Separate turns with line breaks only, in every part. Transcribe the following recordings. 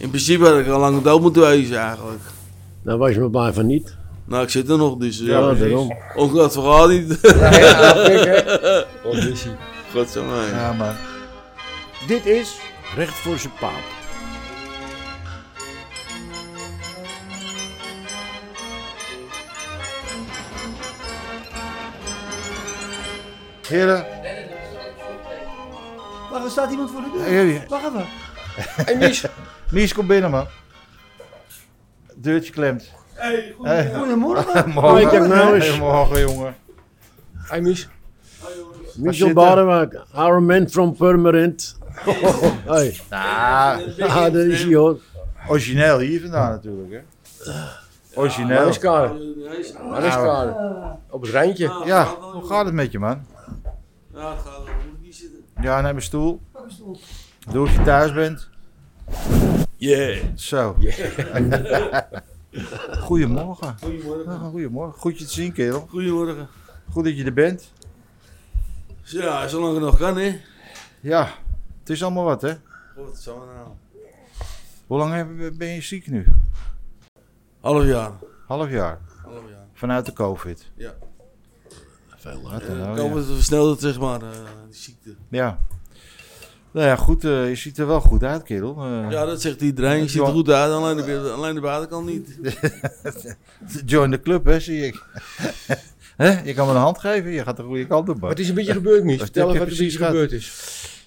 In principe had ik al lang dood moeten wezen eigenlijk.
Daar was je me blij van niet.
Nou, ik zit er nog, dus... eh,
Ja,
ja,
daarom.
ook dat verhaal niet.
Ja, ja, kijk, hè.
Oh,
Auditie.
Godzijdank.
Ja, man.
Dit is Recht voor zijn paap.
Heren,
Wacht, er staat iemand voor de deur.
Heren.
Wacht even.
Hey Mies,
Mies, kom binnen, man. Deurtje Oh, klemt.
Eh,
Hey,
Goedemorgen.
Kijk, kijk nou eens.
Goedemorgen, jongen.
hey Mies.
Michel
zitten.
Barenwijk, our man from Purmerend. hey.
Nou,
Ah, daar is hij hoor.
origineel hier vandaan natuurlijk, hè.
Waar
Origineel.
is Karen? Waar is Karen? Op het randje.
Ja, hoe gaat het met je, man?
Ja, het gaat wel. Moet ik niet zitten.
Ja, neem een stoel. Doe of je thuis bent.
Yeah.
Zo. Goedemorgen.
Goedemorgen.
Ah, Goedemorgen. Goed je te zien, kerel.
Goedemorgen.
Goed dat je er bent.
Ja, zolang het nog kan, hè.
Ja, het is allemaal wat, hè.
Godzijdank. nou.
Hoe lang heb je- ben je ziek nu?
Half jaar.
Half jaar.
Half jaar.
Vanuit de covid.
Ja.
Veel
nou,
Dan
later.
komen we versneld, zeg maar, eh, die ziekte.
Ja. Nou ja, goed. eh, je ziet er wel goed uit, kerel. Eh,
Ja, dat zegt iedereen. Je ziet er goed uit, alleen de, alleen de buitenkant niet.
Join the club, hè, zie ik. Hè? Je kan me een hand geven. Je gaat de goede kant op. man.
Wat is er een beetje gebeurd, Mies?
Wat
Vertel
heb
even
je precies
wat er een beetje
gehad?
gebeurd is.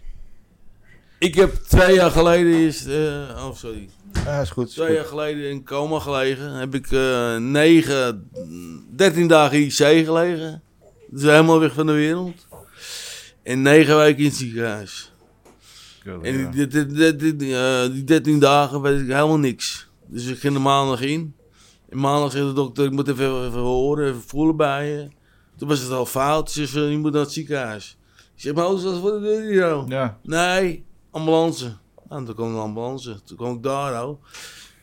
Ik heb twee jaar geleden eerst, eh, oh sorry,
Ja, is goed. is
twee
goed.
jaar geleden in coma gelegen. Heb ik eh, negen, dertien dagen IC gelegen. Dus helemaal weg van de wereld. En negen weken in het ziekenhuis.
Oh,
En die, die, die, die- die, eh, die 13 dagen weet ik helemaal niks. Dus ik ging er maandag in. En maandag zegt de dokter, ik moet even, even horen, even voelen bij je. Toen was het al fout. Ze zei, je moet naar het ziekenhuis. Ik zeg, maar hoe is dat voor de deur hier nou?
Ja.
Nee, ambulance. Nou, toen kwam de ambulance. Toen kwam ik daar al.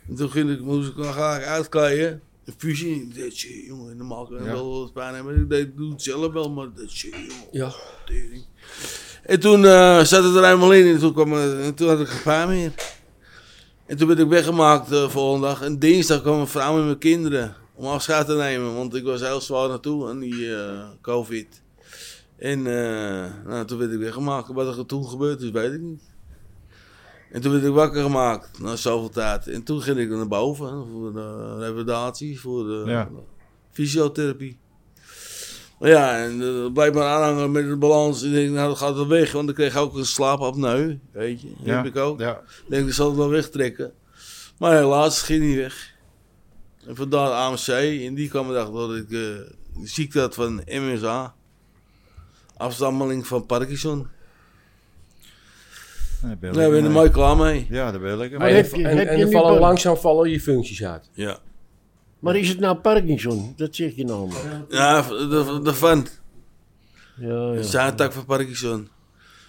En toen ging ik, moest ik dan ga ik uitkleden. De fusie. Ik dacht, shit, jongen, normaal kan ik
Ja.
wel wat pijn hebben. Ik deed, doe het zelf wel, maar dat shit, jongen.
Ja.
Tering. En toen eh, zat het er eenmaal in en toen, kwam, er- en toen had ik geen pijn meer. En toen werd ik weggemaakt de volgende dag. En dinsdag kwam een vrouw met mijn kinderen om afscheid te nemen. Want ik was heel zwaar naartoe aan die eh, covid. En eh, nou, toen werd ik weggemaakt. Wat er toen gebeurd is, weet ik niet. En toen werd ik wakker gemaakt na zoveel tijd. En toen ging ik naar boven voor de revalidatie, voor de
Ja.
fysiotherapie. Maar ja, en eh, blijkbaar aanhangen met de balans. Ik denk, nou, dat gaat wel weg. Want ik kreeg ook een slaapapneu, weet je. Die
Ja,
heb ik ook.
Ja.
Ik denk, ik zal het wel wegtrekken. Maar helaas, het ging niet weg. En vandaar AMC. En die kwam erachter dat ik eh, de ziekte had van MSA. Afstammeling van Parkinson.
Daar ben je
Daar ben
lekker
ik er
mee.
mooi klaar mee.
Ja, daar ben je lekker
Maar
mee.
heb
En,
je-
en,
heb
en
je
dan
niet
vallen
per-
langzaam vallen je functies uit.
Ja,
Maar is het nou Parkinson? Dat zeg je nou maar.
ja de- de- daarvan.
Ja,
Dat
ja.
zijn een tak van Parkinson.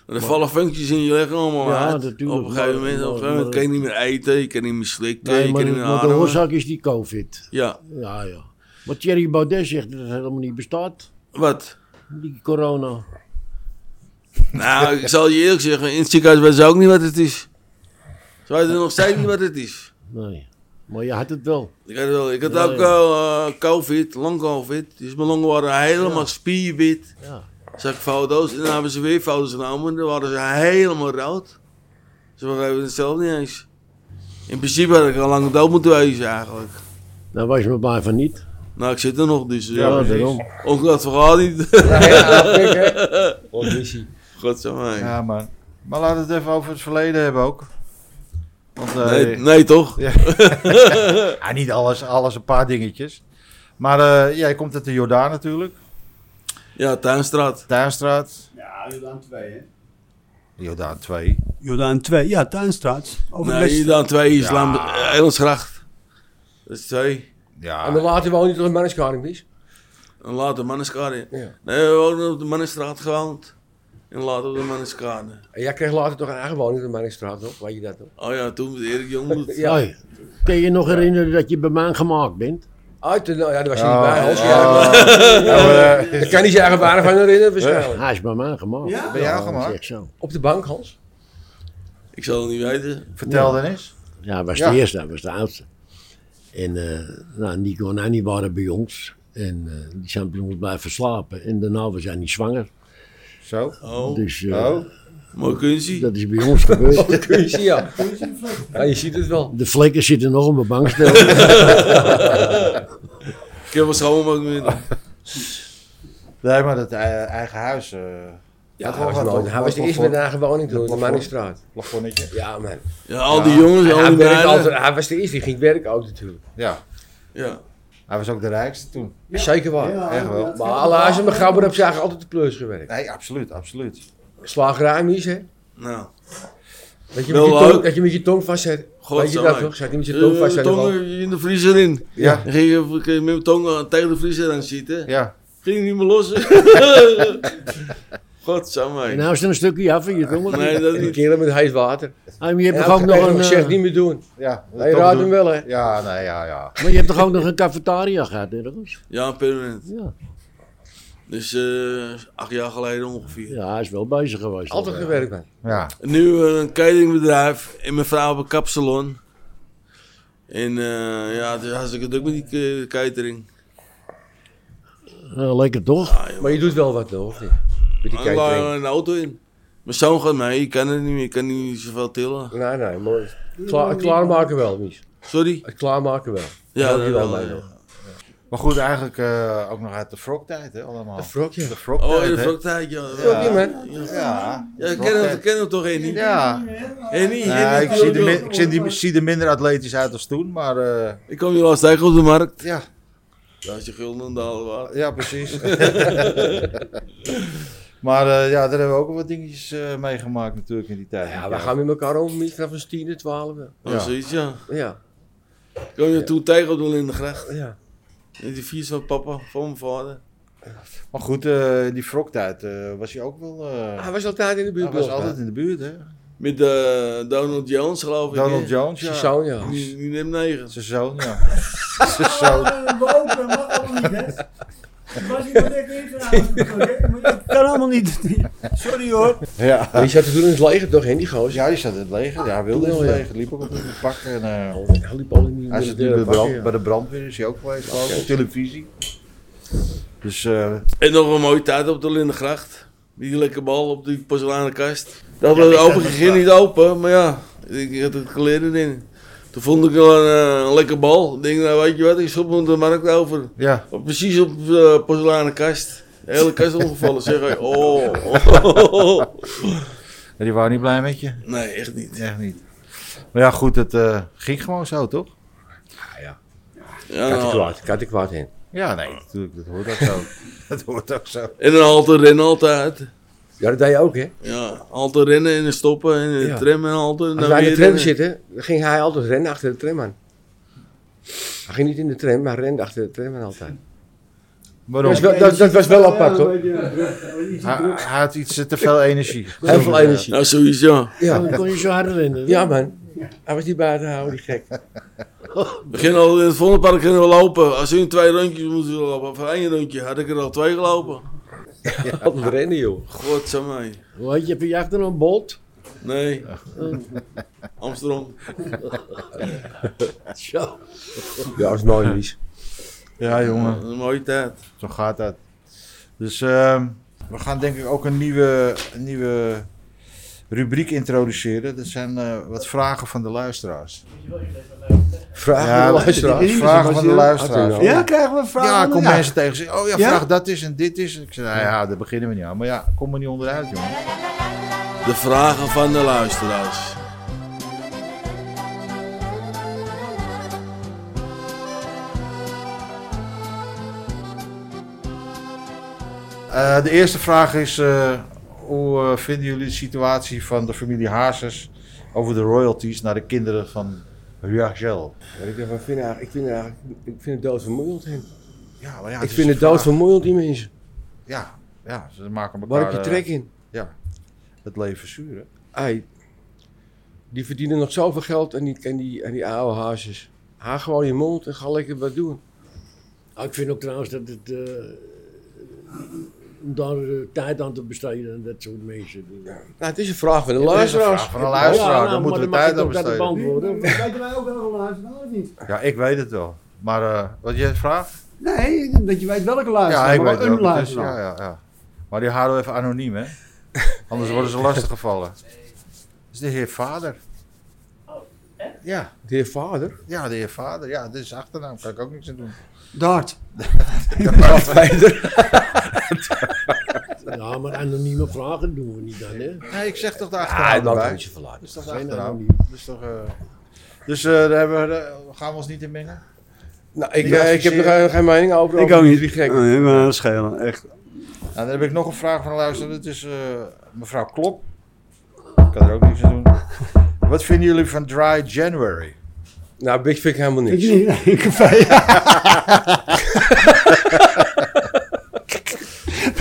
En er vallen functies in je lichaam allemaal
Ja,
uit.
natuurlijk,
Op een gegeven
maar-
moment, op een gegeven
maar-
moment kan je niet meer eten, je kan niet meer slikken,
Nee,
je
maar,
kan niet
de-
meer
maar de
ademen.
oorzaak is die COVID.
Ja,
Ja, ja. Maar Thierry Baudet zegt dat het helemaal niet bestaat.
wat?
Die corona.
Nou, ik zal je eerlijk zeggen, in het ziekenhuis weten ze ook niet wat het is. Ze weten nog steeds niet wat het is.
Nee. Maar je had het wel.
Ik had, wel, ik had
Ja,
ook
ja.
al, eh, covid, long covid. Dus mijn longen waren helemaal spierwit.
Ja.
Zag ik foto's en dan hebben ze weer foto's genomen. En dan waren ze helemaal rood. Ze begrepen het zelf niet eens. In principe had ik al lang dood moeten wezen eigenlijk.
Daar was je me blij van niet.
Nou, ik zit er nog, dus eh,
Ja, precies.
daarom.
ook dat verhaal niet.
Ja, ja, Oh, kijk, hè. Auditie.
Godzijdank.
Ja, man. Maar laten we het even over het verleden hebben ook. Want, eh,
Nee, nee, toch?
ja, niet alles, alles een paar dingetjes. Maar eh, jij komt uit de Jordaan natuurlijk.
Ja, Tuinstraat.
Tuinstraat.
Ja, Jordaan 2, hè?
Jordaan 2.
Jordaan 2, ja, Tuinstraat. Over de
Nee,
West-
dan twee islam. eh, Engelsgracht. Dat is twee.
Ja.
En dan later woon je toch in Manneskaring, Mies?
En later Manneskade.
Ja.
Nee, we woonden op de Mannenstraat gewoond. En later op de Manneskade.
En jij kreeg later toch een eigen woning in de Mannestraat, toch? Weet je dat nog?
Oh ja, toen was Erik Jongmoed.
Ja.
Hey, Kun je je nog herinneren dat je bij mij gemaakt bent?
Uit, nou, ja, daar was je
Oh,
niet bij. Als je
oh.
eigen-
Ja, maar, eh,
Ik kan niet zijn eigen waarde van herinneren, waarschijnlijk.
Hij is bij mij gemaakt.
Ja?
Ben jij
dat is
gemaakt?
echt zo.
Op de bank, Hans.
Ik zal het niet weten.
Vertel dan eens.
Ja, was
Ja.
de eerste, hij was de oudste. En eh nou, Nico en Annie waren bij ons. En eh, die zijn bij ons blijven slapen. En daarna was Annie zwanger.
Zo.
Oh,
Dus eh,
Oh.
mooi kunstje.
dat is bij ons gebeurd.
Kun je zien, ja. Ja, je ziet het wel.
De vlekken zitten nog op mijn bankstel.
Ik heb wel schoonmaak meer.
Nee, maar dat eh, eigen huis. eh
Ja,
Dat
hij was,
wel
nooit-
wat-
hij was
wat-
de eerste
wat-
met een eigen woning toen, op de
wat-
Manningstraat.
plafonnetje.
Ja, man.
Ja, al die jongens,
Hij,
al
hij
die
werkte altijd,
meiden.
hij was de eerste, die ging werken ook natuurlijk.
Ja.
Ja.
Hij was ook de rijkste toen.
Zeker waar.
echt wel.
dat
Maar
kan
alle huizen met
wel.
Gabber hebben ze eigenlijk altijd de plus gewerkt.
Nee, absoluut, absoluut.
Slagerij, Mies, hè?
Nou,
Dat je, met
Wel
je tong,
leuk.
dat je met je tong vastzet.
God,
Weet je
zo
dat
leuk.
nog? Zat je met je tong
Eh,
vastzet? nog wel?
tongen in de vriezer in.
Ja.
Dan ging je ging je met mijn tong aan- tegen de vriezer aan zitten.
Ja.
Ging niet meer los. Godsamme.
en nou is er een stukje af van je tong.
Nee, dat
En
niet.
killen met heet water.
Ah, maar je hebt
En
toch ook nog een,
Ik zeg
eh,
niet meer doen.
Ja.
Hij
Toch
raadt
doen.
hem wel, hè?
Ja, nee, ja, ja.
maar je hebt toch ook nog een cafetaria gehad ergens?
Ja, permanent.
Ja.
Dus eh, acht jaar geleden ongeveer.
Ja, hij is wel bezig geweest.
Altijd
nog, ja.
gewerkt, man.
Ja.
En Nu eh, een cateringbedrijf en mijn vrouw op een kapsalon. En eh, ja, het is hartstikke druk met die eh, catering.
Eh, lekker toch?
Maar je doet wel wat nog, of niet? Met die
Ik laat
catering.
een eh, auto in. Mijn zoon gaat mee, ik kan het niet meer, ik kan niet zoveel tillen.
Nee, nee, maar klaar, klaarmaken wel, Mies.
Sorry?
Het klaarmaken wel.
Ja,
Help je
dat wel,
mee
ja.
nog.
Maar goed, eigenlijk eh, ook nog uit de froktijd, hè, allemaal.
Een frokje.
De
Een
froktijd,
Oh, in de
hè?
vroktijd, ja.
Frokje, man.
Ja.
Ja, ik ken hem, ik ken hem toch, Henny?
Ja.
Henny,
Ja,
Henny,
ik zie, er,
Henny.
min- ik zie, die, zie er minder atletisch uit als toen, maar eh,
Ik kwam je laatst tegen op de markt.
ja,
Dat is je Guldendaal waard.
ja, precies. maar eh, ja, daar hebben we ook wel wat dingetjes eh, meegemaakt natuurlijk in die tijd.
Ja, we gaan met elkaar om, Mies, vanaf ons 10 en 12.
Ja.
Ja.
zoiets, ja.
Ja,
Ik kwam je toen tegen op de Lindengracht.
ja.
Met die vies van papa, van mijn vader.
Maar goed, eh, in die froktijd eh, was hij ook wel... eh,
Hij was altijd in de
hij
buurt.
was altijd in de buurt, hè?
Met eh, Donald Jones, geloof ik.
Donald
hè?
Jones,
Zijn
ja.
zoon, ja.
Die, die neemt negen.
Zijn zoon, ja. Zijn zoon.
Boven, mag allemaal niet, hè? Was ik wat ik weet vanavond? Dat kan allemaal niet. Sorry hoor.
Ja.
Die zat te doen in het leger toch, hè, die gozer?
Ja, je zat in het leger. Ja, hij wilde in het leger. Liep ook altijd in het pak. En, eh,
Hij liep al in die
hij
in
zit
de
nu bij de,
deur
brand,
bakken, ja.
bij de brandweer. Is hij ook geweest, geloof ik, Op televisie. Dus eh,
En nog een mooie tijd op de Lindengracht. Met die lekkere bal op die porseleinen kast. Dat was open, ging niet open, maar ja, ik, ik had het geleerd erin. Toen vond ik wel een, eh, een lekker bal. Ik denk, nou weet je wat, ik schop hem de markt over.
ja.
Op- Precies op eh porseleinen kast. De hele kast omgevallen. Zeg ik, oh,
En die waren niet blij met je.
Nee, echt niet.
Echt niet. Maar ja, goed, het eh, ging gewoon zo, toch?
Ja,
Kat ik
nou,
kwaad, kat ik kwaad heen.
Ja, nee, natuurlijk. Dat hoort ook zo. dat hoort ook zo.
en dan halte rennen altijd.
Ja, dat deed je ook, hè?
Ja, halte Eh, rennen en dan stoppen en de
Ja.
tram en halte. en
Als
Nou,
dan
wij in de
weer
tram
rennen.
zitten, dan ging hij altijd rennen achter de tram aan. Hij ging niet in de tram, maar rende achter de tram aan altijd. Dat,
Waarom?
is Dus wel- dat, dat was wel apart, hoor.
Hij, hij had iets eh, te veel energie.
Heel veel energie.
Nou, sowieso.
Ja,
Dan kon je zo hard rennen.
ja man. Hij was niet bij te houden, die gek.
We gingen al in het Vondelpark gingen we lopen. Als we in twee rondjes moesten lopen, of één rondje, had ik er al twee gelopen.
Altijd rennen, joh.
Godsamme.
Hoe heet je? Heb je achter een bolt?
Nee. Amsterdam.
Zo.
Ja, dat is mooi, Mies.
Ja, jongen.
Dat is een mooie tijd.
Zo gaat dat. Dus ehm, we gaan denk ik ook een nieuwe, een nieuwe rubriek introduceren. Dat zijn eh, wat vragen van de luisteraars.
Vraag
Ja,
aan de
maar-
luisteraar.
die-
Vragen van de luisteraars.
Ja, krijgen we vragen?
Ja,
van-
kom mensen tegen zeggen, oh ja,
Ja?
vraag dat is en dit is. Ik zei, nou ja, daar beginnen we niet aan. Maar ja, kom er niet onderuit, jongen.
De vragen van de luisteraars.
Eh, de eerste vraag is, eh, hoe eh, vinden jullie de situatie van de familie Hazes over de royalties naar de kinderen van Rachel?
Wat ik ervan vind, eigenlijk- ik vind, het eigenlijk- ik vind het doodvermoeiend, hè.
Ja, maar ja,
Ik
is een
vind Ah, het
vraag.
doodvermoeiend, die mensen.
Ja, ja, ze maken elkaar
Waar heb je
eh,
trek in?
het leven zuur, hè?
Ei, die verdienen nog zoveel geld en die, en die, en die oude haasjes. Haal gewoon je mond en ga lekker wat doen.
Ah, ik vind ook trouwens dat het eh, om daar eh, tijd aan te besteden en dat soort mensen. Dus, ja.
Nou, het is een vraag van de
Het is een
luisteraars.
vraag van een luisteraar,
nou,
daar
maar
moeten we
dan mag
tijd
je
aan
toch dat
besteden.
beantwoorden.
Kijken wij ook welke luisteraar of niet?
Ja, ik weet het wel. Maar eh, wat jij vraagt?
Nee, dat je weet welke
Ja,
luisteraar.
ik
maar
weet
wel een
het wel. Dus,
luisteraar.
ja, ja, ja. Maar die houden we even anoniem, hè? Anders worden ze lastig gevallen. Dat is de heer Vader. Ja,
De heer vader.
ja, de heer Vader. Ja, dit is achternaam. Kan ik ook niks aan doen.
Dart.
Ja, maar anonieme vragen doen we niet aan, hè?
Nee, ik zeg toch de
Ah,
achternaam
laat
erbij.
het je verlaten.
nou, Dat is toch de
Geen
achternaam.
anoniem.
Dat is toch... eh, Dus eh, daar hebben we, eh, gaan we ons niet in mengen?
Nou, ik,
Niet
eh, ik heb er
adviseren.
geen, geen mening over.
Ik
over
ook
die
niet.
drie
Nee,
gekken.
Oh,
maar dat schelen, echt.
Nou, dan heb ik nog een vraag van een luisteraar. Dat is eh, mevrouw Klop. Ik kan er ook niks aan doen. Wat vinden jullie van Dry January?
Nou, Big vind ik helemaal
Ik
niks.
niet. nee, ik-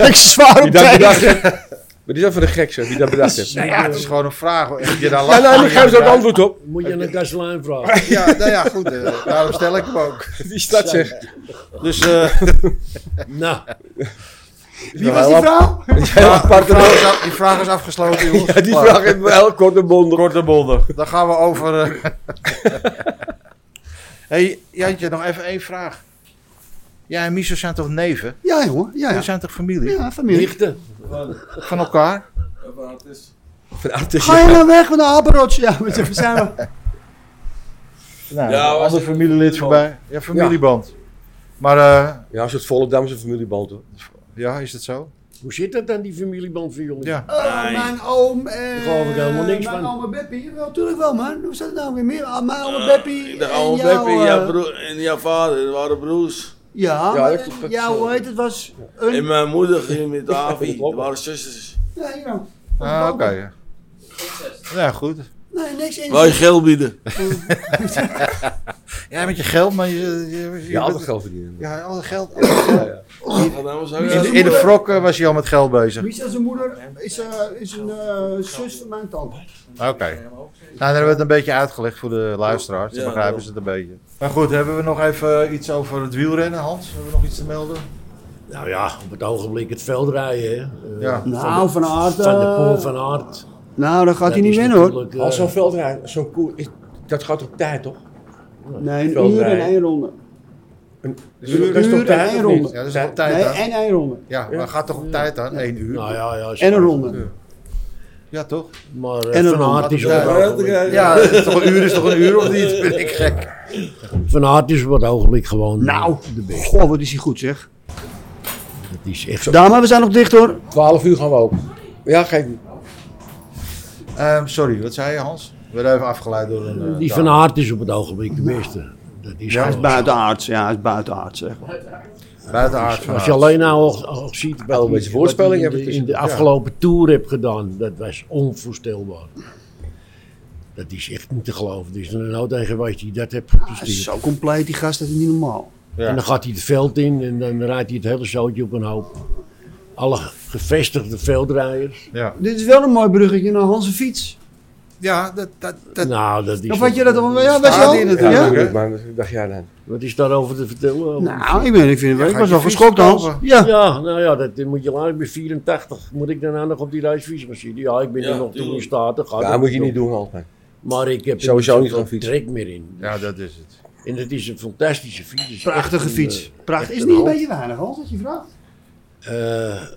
Ik zwaar op
Wie dat
tegen.
bedacht heeft. Maar die zijn van de gek, zeg. Wie dat bedacht heeft.
Nou ja, het is gewoon een vraag. hoor. En dat je daar
Ja,
lacht
nou,
om
daar geef ze ook antwoord op.
eh, Moet je aan de kastelein vragen.
Ja, nou ja, goed. eh, daarom stel ik hem ook.
Die stad zegt.
Dus eh
nou,
Wie was die vrouw?
die, vraag is af- die vraag is afgesloten, jongens.
Ja, die vraag heeft wel korte bonden. Korte bonden.
Dan gaan we over... eh, hey, Jantje, nog even één vraag. Jij en Miso zijn toch neven?
Ja, jongen. Ja,
Jullie
ja.
zijn toch familie?
ja familie.
nichten.
Van elkaar?
Van ah, artis.
Ga je nou weg van de apenrots? Ja, met je verzamelen.
Nou,
Ja, was
ander
het-
familielid voorbij. Ja, familieband. Maar eh,
Ja, een soort Volendamse familieband hoor.
ja, is dat zo?
Hoe zit dat dan, die familieband van jullie?
Ja.
Oh, mijn oom. eh,
Daar geloof ik helemaal niks
Mijn
van.
oom Beppie. Wel, tuurlijk wel, man. Hoe zat het nou weer meer? Ah, Mijn oom Beppie.
eh, De
en
oude
jouw,
Beppe en jouw
eh,
broer- en jouw vader waren broers.
Ja,
Ja,
maar,
dat
eh,
klopt, dat
ja,
is,
hoe
eh,
heet het? Was
En
een.
mijn moeder ging met Avi.
klopt.
Dat waren zusters.
Ja, hier nou.
Ah, oké. Ja, goed.
Nee, niks in.
Wou je geld bieden?
Ja, met je geld, maar je... je- je-
Ja, altijd geld verdienen.
Ja, al het geld.
Rotterdam was ook
In,
wel-
de- in de frok eh, was hij al met geld bezig.
Micha, zijn moeder, is, eh, is een eh, zus van mijn tante.
Oké. Nou, dan hebben we het een beetje uitgelegd voor de luisteraars. Dan
Ja,
begrijpen
wel.
ze het een beetje. Maar goed, hebben we nog even iets over het wielrennen, Hans? Hebben we nog iets te melden?
Nou ja, op het ogenblik het veld rijden, hè. Eh,
Ja.
Nou, van Aert.
Van de
eh,
Poel van Aert.
Nou, dat gaat hij
Dat
niet
is
winnen hoor.
natuurlijk, eh,
Als zo'n veldrijd, zo'n koer, is- dat gaat op tijd toch?
Nee, een
Veldrijden.
uur en één ronde.
Dus
Een
dat is
uur
toch
en één
tijd of
ronde.
niet?
Ja, dat is wel
Nee,
tijd aan.
en één ronde.
Ja, maar gaat toch op tijd aan? Eén uur?
Nou ja, ja. is
En een
waar.
ronde.
Ja, toch?
Maar eh,
En een
Van
ronde.
Aert is op
Ja,
het
Ja, dat-
ogenblik-
Ja, toch een uur is toch een uur of niet? Ben ik gek.
Van Aert is op het ogenblik gewoon eh,
Nou,
de beste.
goh, wat is hij goed zeg.
Dat is echt
Dame, we zijn nog dicht hoor.
12 uur gaan we open. Ja, geef niet.
Ehm, sorry, wat zei je, Hans? We werden even afgeleid door een... eh,
Die
dame.
Van Aert is op het ogenblik de
Nou.
beste. Dat is
Hij is
gewoon
buitenaards, ja, hij is buitenaards zeg maar.
Buiten aard van
Als je
Aert.
alleen nou al, al ziet
Wel
wat
een
hij-
beetje voorspelling
wat hij in
hebben
de, in de
tussen- ja.
afgelopen tour heb gedaan, dat was onvoorstelbaar. Dat is echt niet te geloven. Er nou is er nooit een geweest die dat heeft
Hij
gepresteerd.
is Ah, zo compleet, Dus die gast, dat is niet normaal.
En dan gaat hij het veld in en dan rijdt hij het hele zootje op een hoop. Alle gevestigde veldrijders.
Ja,
Dit is wel een mooi bruggetje naar Hans' fiets.
ja dat, dat, dat
nou, dat is
Of had je dat al? Ja, was je
Staat
al?
hij
Ja,
natuurlijk,
Ja?
dat
hè?
doe ik, maar dat dacht jij dan.
Wat is daarover te vertellen? Over die
Nou, ik, ben, ik, vind,
Ja,
ik
ga
was
je
al
fiets
geschokt Hans.
verkopen?
Ja.
Ja, nou ja, dat moet je langer. Ik ben 84. Moet ik daarna nog op die reisfietsmachine? Ja, ik ben
Ja,
er nog toe in
tuurlijk.
staat. Dat gaat
Ja,
ook
dat moet je niet
om.
doen, Altman.
Maar ik heb er
Sowieso niet
zoveel
gaan fietsen.
trek meer in.
ja, dat is het.
En het is een fantastische fiets. Het is
Prachtige
echt een,
fiets. Prachtig.
een
Is het niet een
hoop.
beetje weinig Hans, dat je vraagt?
eh, eh,
weet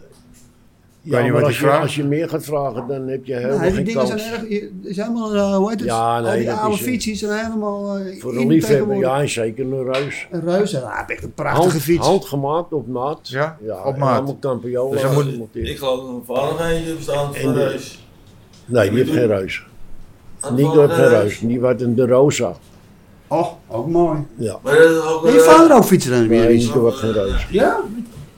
ja, maar
niet wat
als
ik
je,
vraag.
als je meer gaat vragen, dan heb je helemaal
Nee, Nou,
geen
die dingen
kans.
zijn erg, is helemaal, eh, hoe heet het?
Ja, nee,
Al die
dat
oude
is, eh,
fietsen zijn helemaal eh,
Voor
in
een liefhebber,
tegenwoordig.
ja, en zeker een reus.
Een reuze, ah, heb echt een prachtige
Hand,
fiets.
handgemaakt op maat.
Ja, op maat.
Allemaal kampioen.
Dus dan moet-
Ik geloof dat een vader van je bestaat
En
voor
de-
reus.
Nee, die heeft geen reus.
Een
Nico
vader
heeft
van
geen
reus.
reus. Die wat een De Rosa.
Oh, ook mooi.
Maar dat is ook
Nee,
een-
je vader ook fietsen dan weer
Eh, Nee,
eens.
Nico heeft geen reus.
Ja?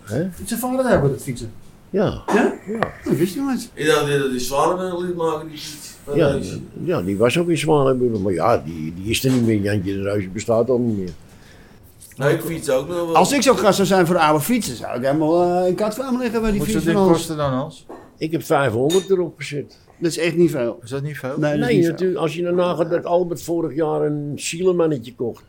Hè?
Zijn vader ook dat fietsen.
Ja,
Ja?
ja.
Dat wist ik nooit.
Ik dacht dat die zwaarden liet maken, die fiets van
Ja,
reus.
ja, die was ook in Zwanenburg. Maar ja, die, die is er niet meer. Jantje de Reus bestaat al niet meer.
Nou, ik fiets ook nog wel.
Als ik zo'n gast zou zijn voor oude fietsen, zou ik helemaal eh, een kat voor hem liggen bij die
Moet dat
fiets van
ding
Hans.
kosten dan, Hans?
Ik heb 500 erop gezet.
Dat is echt niet veel.
Is dat niet veel?
Nee, dat is
Nee,
niet veel.
natuurlijk. Als je erna gaat dat Albert vorig jaar een zielenmannetje kocht.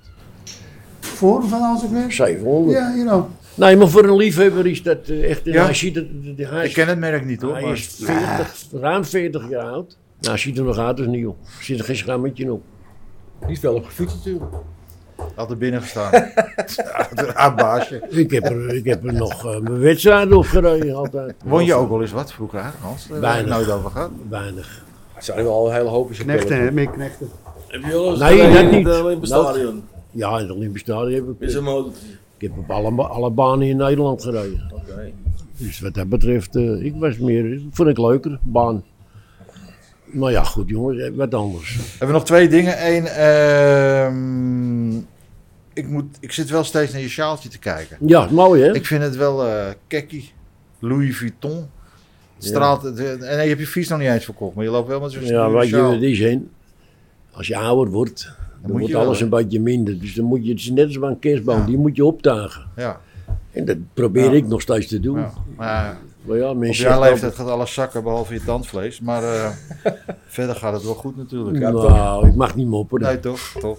voor, van alles ook weer?
700.
Ja, you know.
Nee, maar voor een liefhebber is dat eh, echt...
Ja.
Hij, ziet het, de- de- hij
Ik
is,
ken het merk niet hoor.
hij
maar-
is 40, ruim 40 jaar oud. Nou, hij ziet er nog uit als nieuw. Er zit er geen schammetje op.
Die is wel op gefietst natuurlijk.
Altijd binnen gestaan. Uiteraard Ah, baasje.
Ik heb er, ik heb er nog eh, mijn wedstrijden op gereden altijd.
Won je ook wel eens wat vroeger aan, Hans? Daar hebben we het
Weinig.
nooit over gehad.
Weinig.
Er zijn wel een hele hoop in zijn
Knechten,
bellen.
hè, meer knechten.
Heb je wel eens
Nee,
gereden
dat
in
niet.
het Olympisch
Nooit.
Stadion?
Ja, in het Olympisch Stadion heb
Met
ik...
zijn motortje.
Ik heb op alle, alle banen in Nederland gereden.
Oké.
Dus wat dat betreft, eh, ik was meer... Ik vond ik leuker, baan. Maar ja, goed jongens, eh, wat anders.
We hebben nog twee dingen. Eén, ehm, ik, moet, ik zit wel steeds naar je sjaaltje te kijken.
Ja, mooi hè?
Ik vind het wel eh kekkie. Louis Vuitton. Het Straalt, het- eh, en je hebt je fiets nog niet eens verkocht, maar je loopt wel met zo'n
Ja,
stoere
weet je
sjaal.
wat het is, hè? Als je ouder wordt, dan
moet
wordt
je wel,
alles
hè?
een beetje minder. Dus dan moet je, het is net als bij een kerstboom,
Ja.
die moet je optuigen.
Ja,
En dat probeer
Ja.
ik nog steeds te doen.
ja. Maar eh,
Maar ja,
op
mensen
jouw
zeggen
leeftijd gaat alles zakken, behalve je tandvlees. Maar eh, verder gaat het wel goed natuurlijk.
altijd, Nou, ik mag niet mopperen.
Nee, toch? Toch.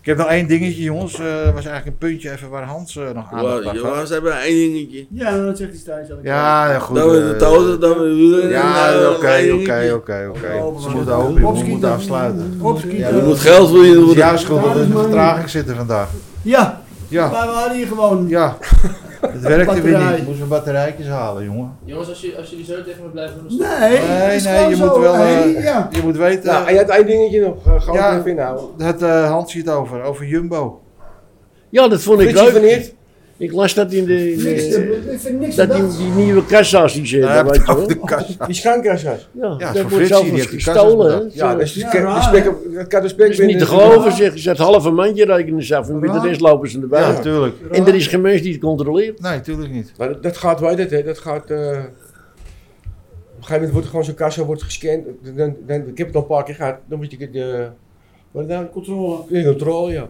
Ik heb nog één dingetje, jongens. Eh was eigenlijk een puntje even waar Hans eh, nog aandacht
Waar-
aan
ja,
had.
Waar zijn we één dingetje?
Ja, dat zegt hij thuis. had ik al.
Ja, ja, goed.
Dan we de
eh,
toten, dan we de wielen. eh,
Ja, oké, oké, oké, oké. Ze moeten open, jongen. we moeten afsluiten.
Opschieten.
Er moet geld voor je
Het is
worden.
jouw schuld dat we in de vertraging zitten vandaag.
Ja,
Ja,
maar we hadden hier gewoon.
ja. Het werkte weer niet.
Batterij.
We moesten batterijtjes halen, jongen.
Jongens, als jullie, als jullie zo tegen me blijven doen,
Nee, het
Nee,
is
nee,
gewoon
je
zo.
moet wel...
Hey,
eh,
ja.
Je moet weten...
Nou, en je had één dingetje nog. eh, Gewoon
Ja.
even inhouden.
Het, eh, Hans hier het over, over Jumbo.
Ja, dat vond ik
Politie van
leuk.
Eert.
Ik las dat in de... in de-
Niks te- ik vind niks te
dat die,
doen.
die nieuwe kassa's die
Nou,
ze hebben, weet je wel.
de kast.
Die schankers.
Ja,
Ja,
dat
voor
wordt
Fritsie, die
zelfs
heeft die kassa's
gestolen. hè.
bedacht.
Ja, dus
Ja,
die
raar,
spek op- dat kan de spek
Dat is niet te geloven, zeggen ze. Het halve mandje rekenen ze af en met de rest lopen ze erbij.
Ja, natuurlijk.
En er is geen mens die het controleert.
Nee, natuurlijk niet.
Maar dat, dat gaat, weet het, hè? Dat gaat. eh, op een gegeven moment wordt er gewoon zo'n kassa wordt gescand. Dan, dan, dan- ik heb het al een paar keer gehad. Dan moet je de. Wat is het nou?
Controle.
De controle, ja.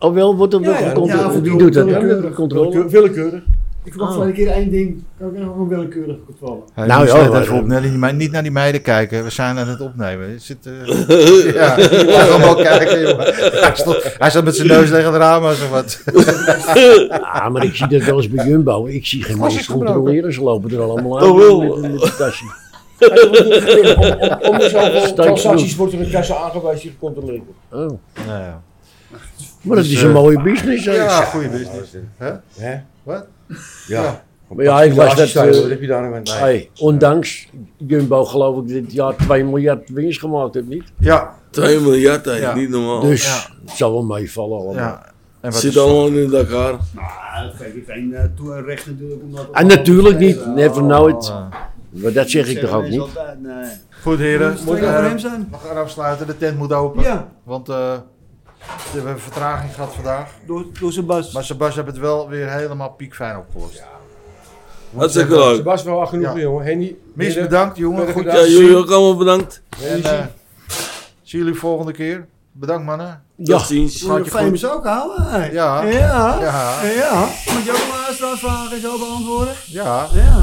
Oh wel, wordt er
Ja,
wel
ja,
gecontroleerd.
ja,
Wie doet dat? dan?
willekeurig.
Controle.
Willekeur- Willekeurig.
Ik verwacht
Oh.
wel een keer één ding. Kan ik nog een willekeurige controle?
Hey,
Nou,
niet
ja,
slecht
maar-
even op, Nelly, maar niet naar die meiden kijken. We zijn aan het opnemen. Het Zit, eh, ja, ik mag hem wel kijken, jongen. Hij stond, hij zat met zijn neus tegen het raam of wat.
Ah, maar ik zie dat wel eens bij Jumbo. Ik zie geen mens controleren. Ze lopen er allemaal aan
Oh, wel.
met, met de tasje.
Ja, dat wordt niet gebeurd. om, om, om de zoveel
Steek
transacties
goed.
wordt er een kassa aangewezen die gecontroleerd wordt.
Oh.
Nou, ja,
Maar dat
Dus,
is een
eh,
mooie business. hè.
ja goede business. Hè?
Hè?
Wat?
Ja.
Maar ja, ik las dat...
Asjes,
eh,
Wat heb je daar nou aan?
hey, ondanks Jumbo geloof ik dit jaar 2 miljard winst gemaakt heeft, niet?
Ja,
2 miljard, hè,
Ja.
niet normaal.
Dus
Oh, ja.
het zal wel meevallen allemaal.
ja. En wat
Zit
is-
allemaal in elkaar.
Nou, dat geeft geen eh, toe- recht natuurlijk. Omdat
En Ah, natuurlijk niet, never know it.
Ja.
Maar dat zeg ik toch ook niet?
Nee.
Goed heren,
Moet
moet,
ik over
eh,
hem zijn?
we gaan afsluiten. De tent moet open.
Ja,
Want eh, we hebben een vertraging gehad vandaag.
door, door zijn bas.
Maar Sebastian heeft het wel weer helemaal piekfijn opgelost.
Hartstikke leuk.
Sebastian, wel genoeg,
Ja.
jongen. Henny.
Mis
Heren,
bedankt jongen.
Verder
Goed
Ja,
gedaan.
te
jullie
zien.
ook allemaal bedankt.
En, eh, zien jullie volgende keer. Bedankt mannen.
Tot
Ja,
ziens.
Moet je famous ook houden? hè?
Ja.
Ja.
Ja.
Ja. Moet je ook luisteraarsvragen en zo beantwoorden?
Ja,
Ja.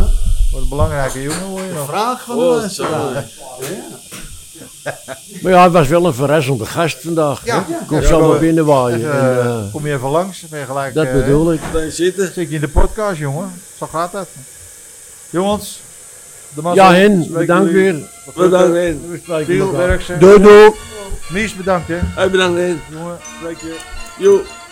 wat een belangrijke jongen hoor je nog.
Vraag van de
eh,
Oh, zo.
luisteraar.
maar ja, hij was wel een verrassende gast vandaag.
Ja.
Ja.
Ja.
Komt
Ja,
zomaar
we-
binnenwaaien.
Eh,
En, eh,
kom je even langs, ben je gelijk.
dat
eh,
bedoel ik.
Blijf zitten.
Zit je in de podcast, jongen? Zo gaat dat. Jongens, de man.
Ja, hen, bedankt weer.
Bedankt, Ren.
We spreken
Veel
elkaar.
werk,
Doei, doei.
Mies bedankt, hè.
Hey, bedankt, Ren.
Jongen, spreek je.
Joe.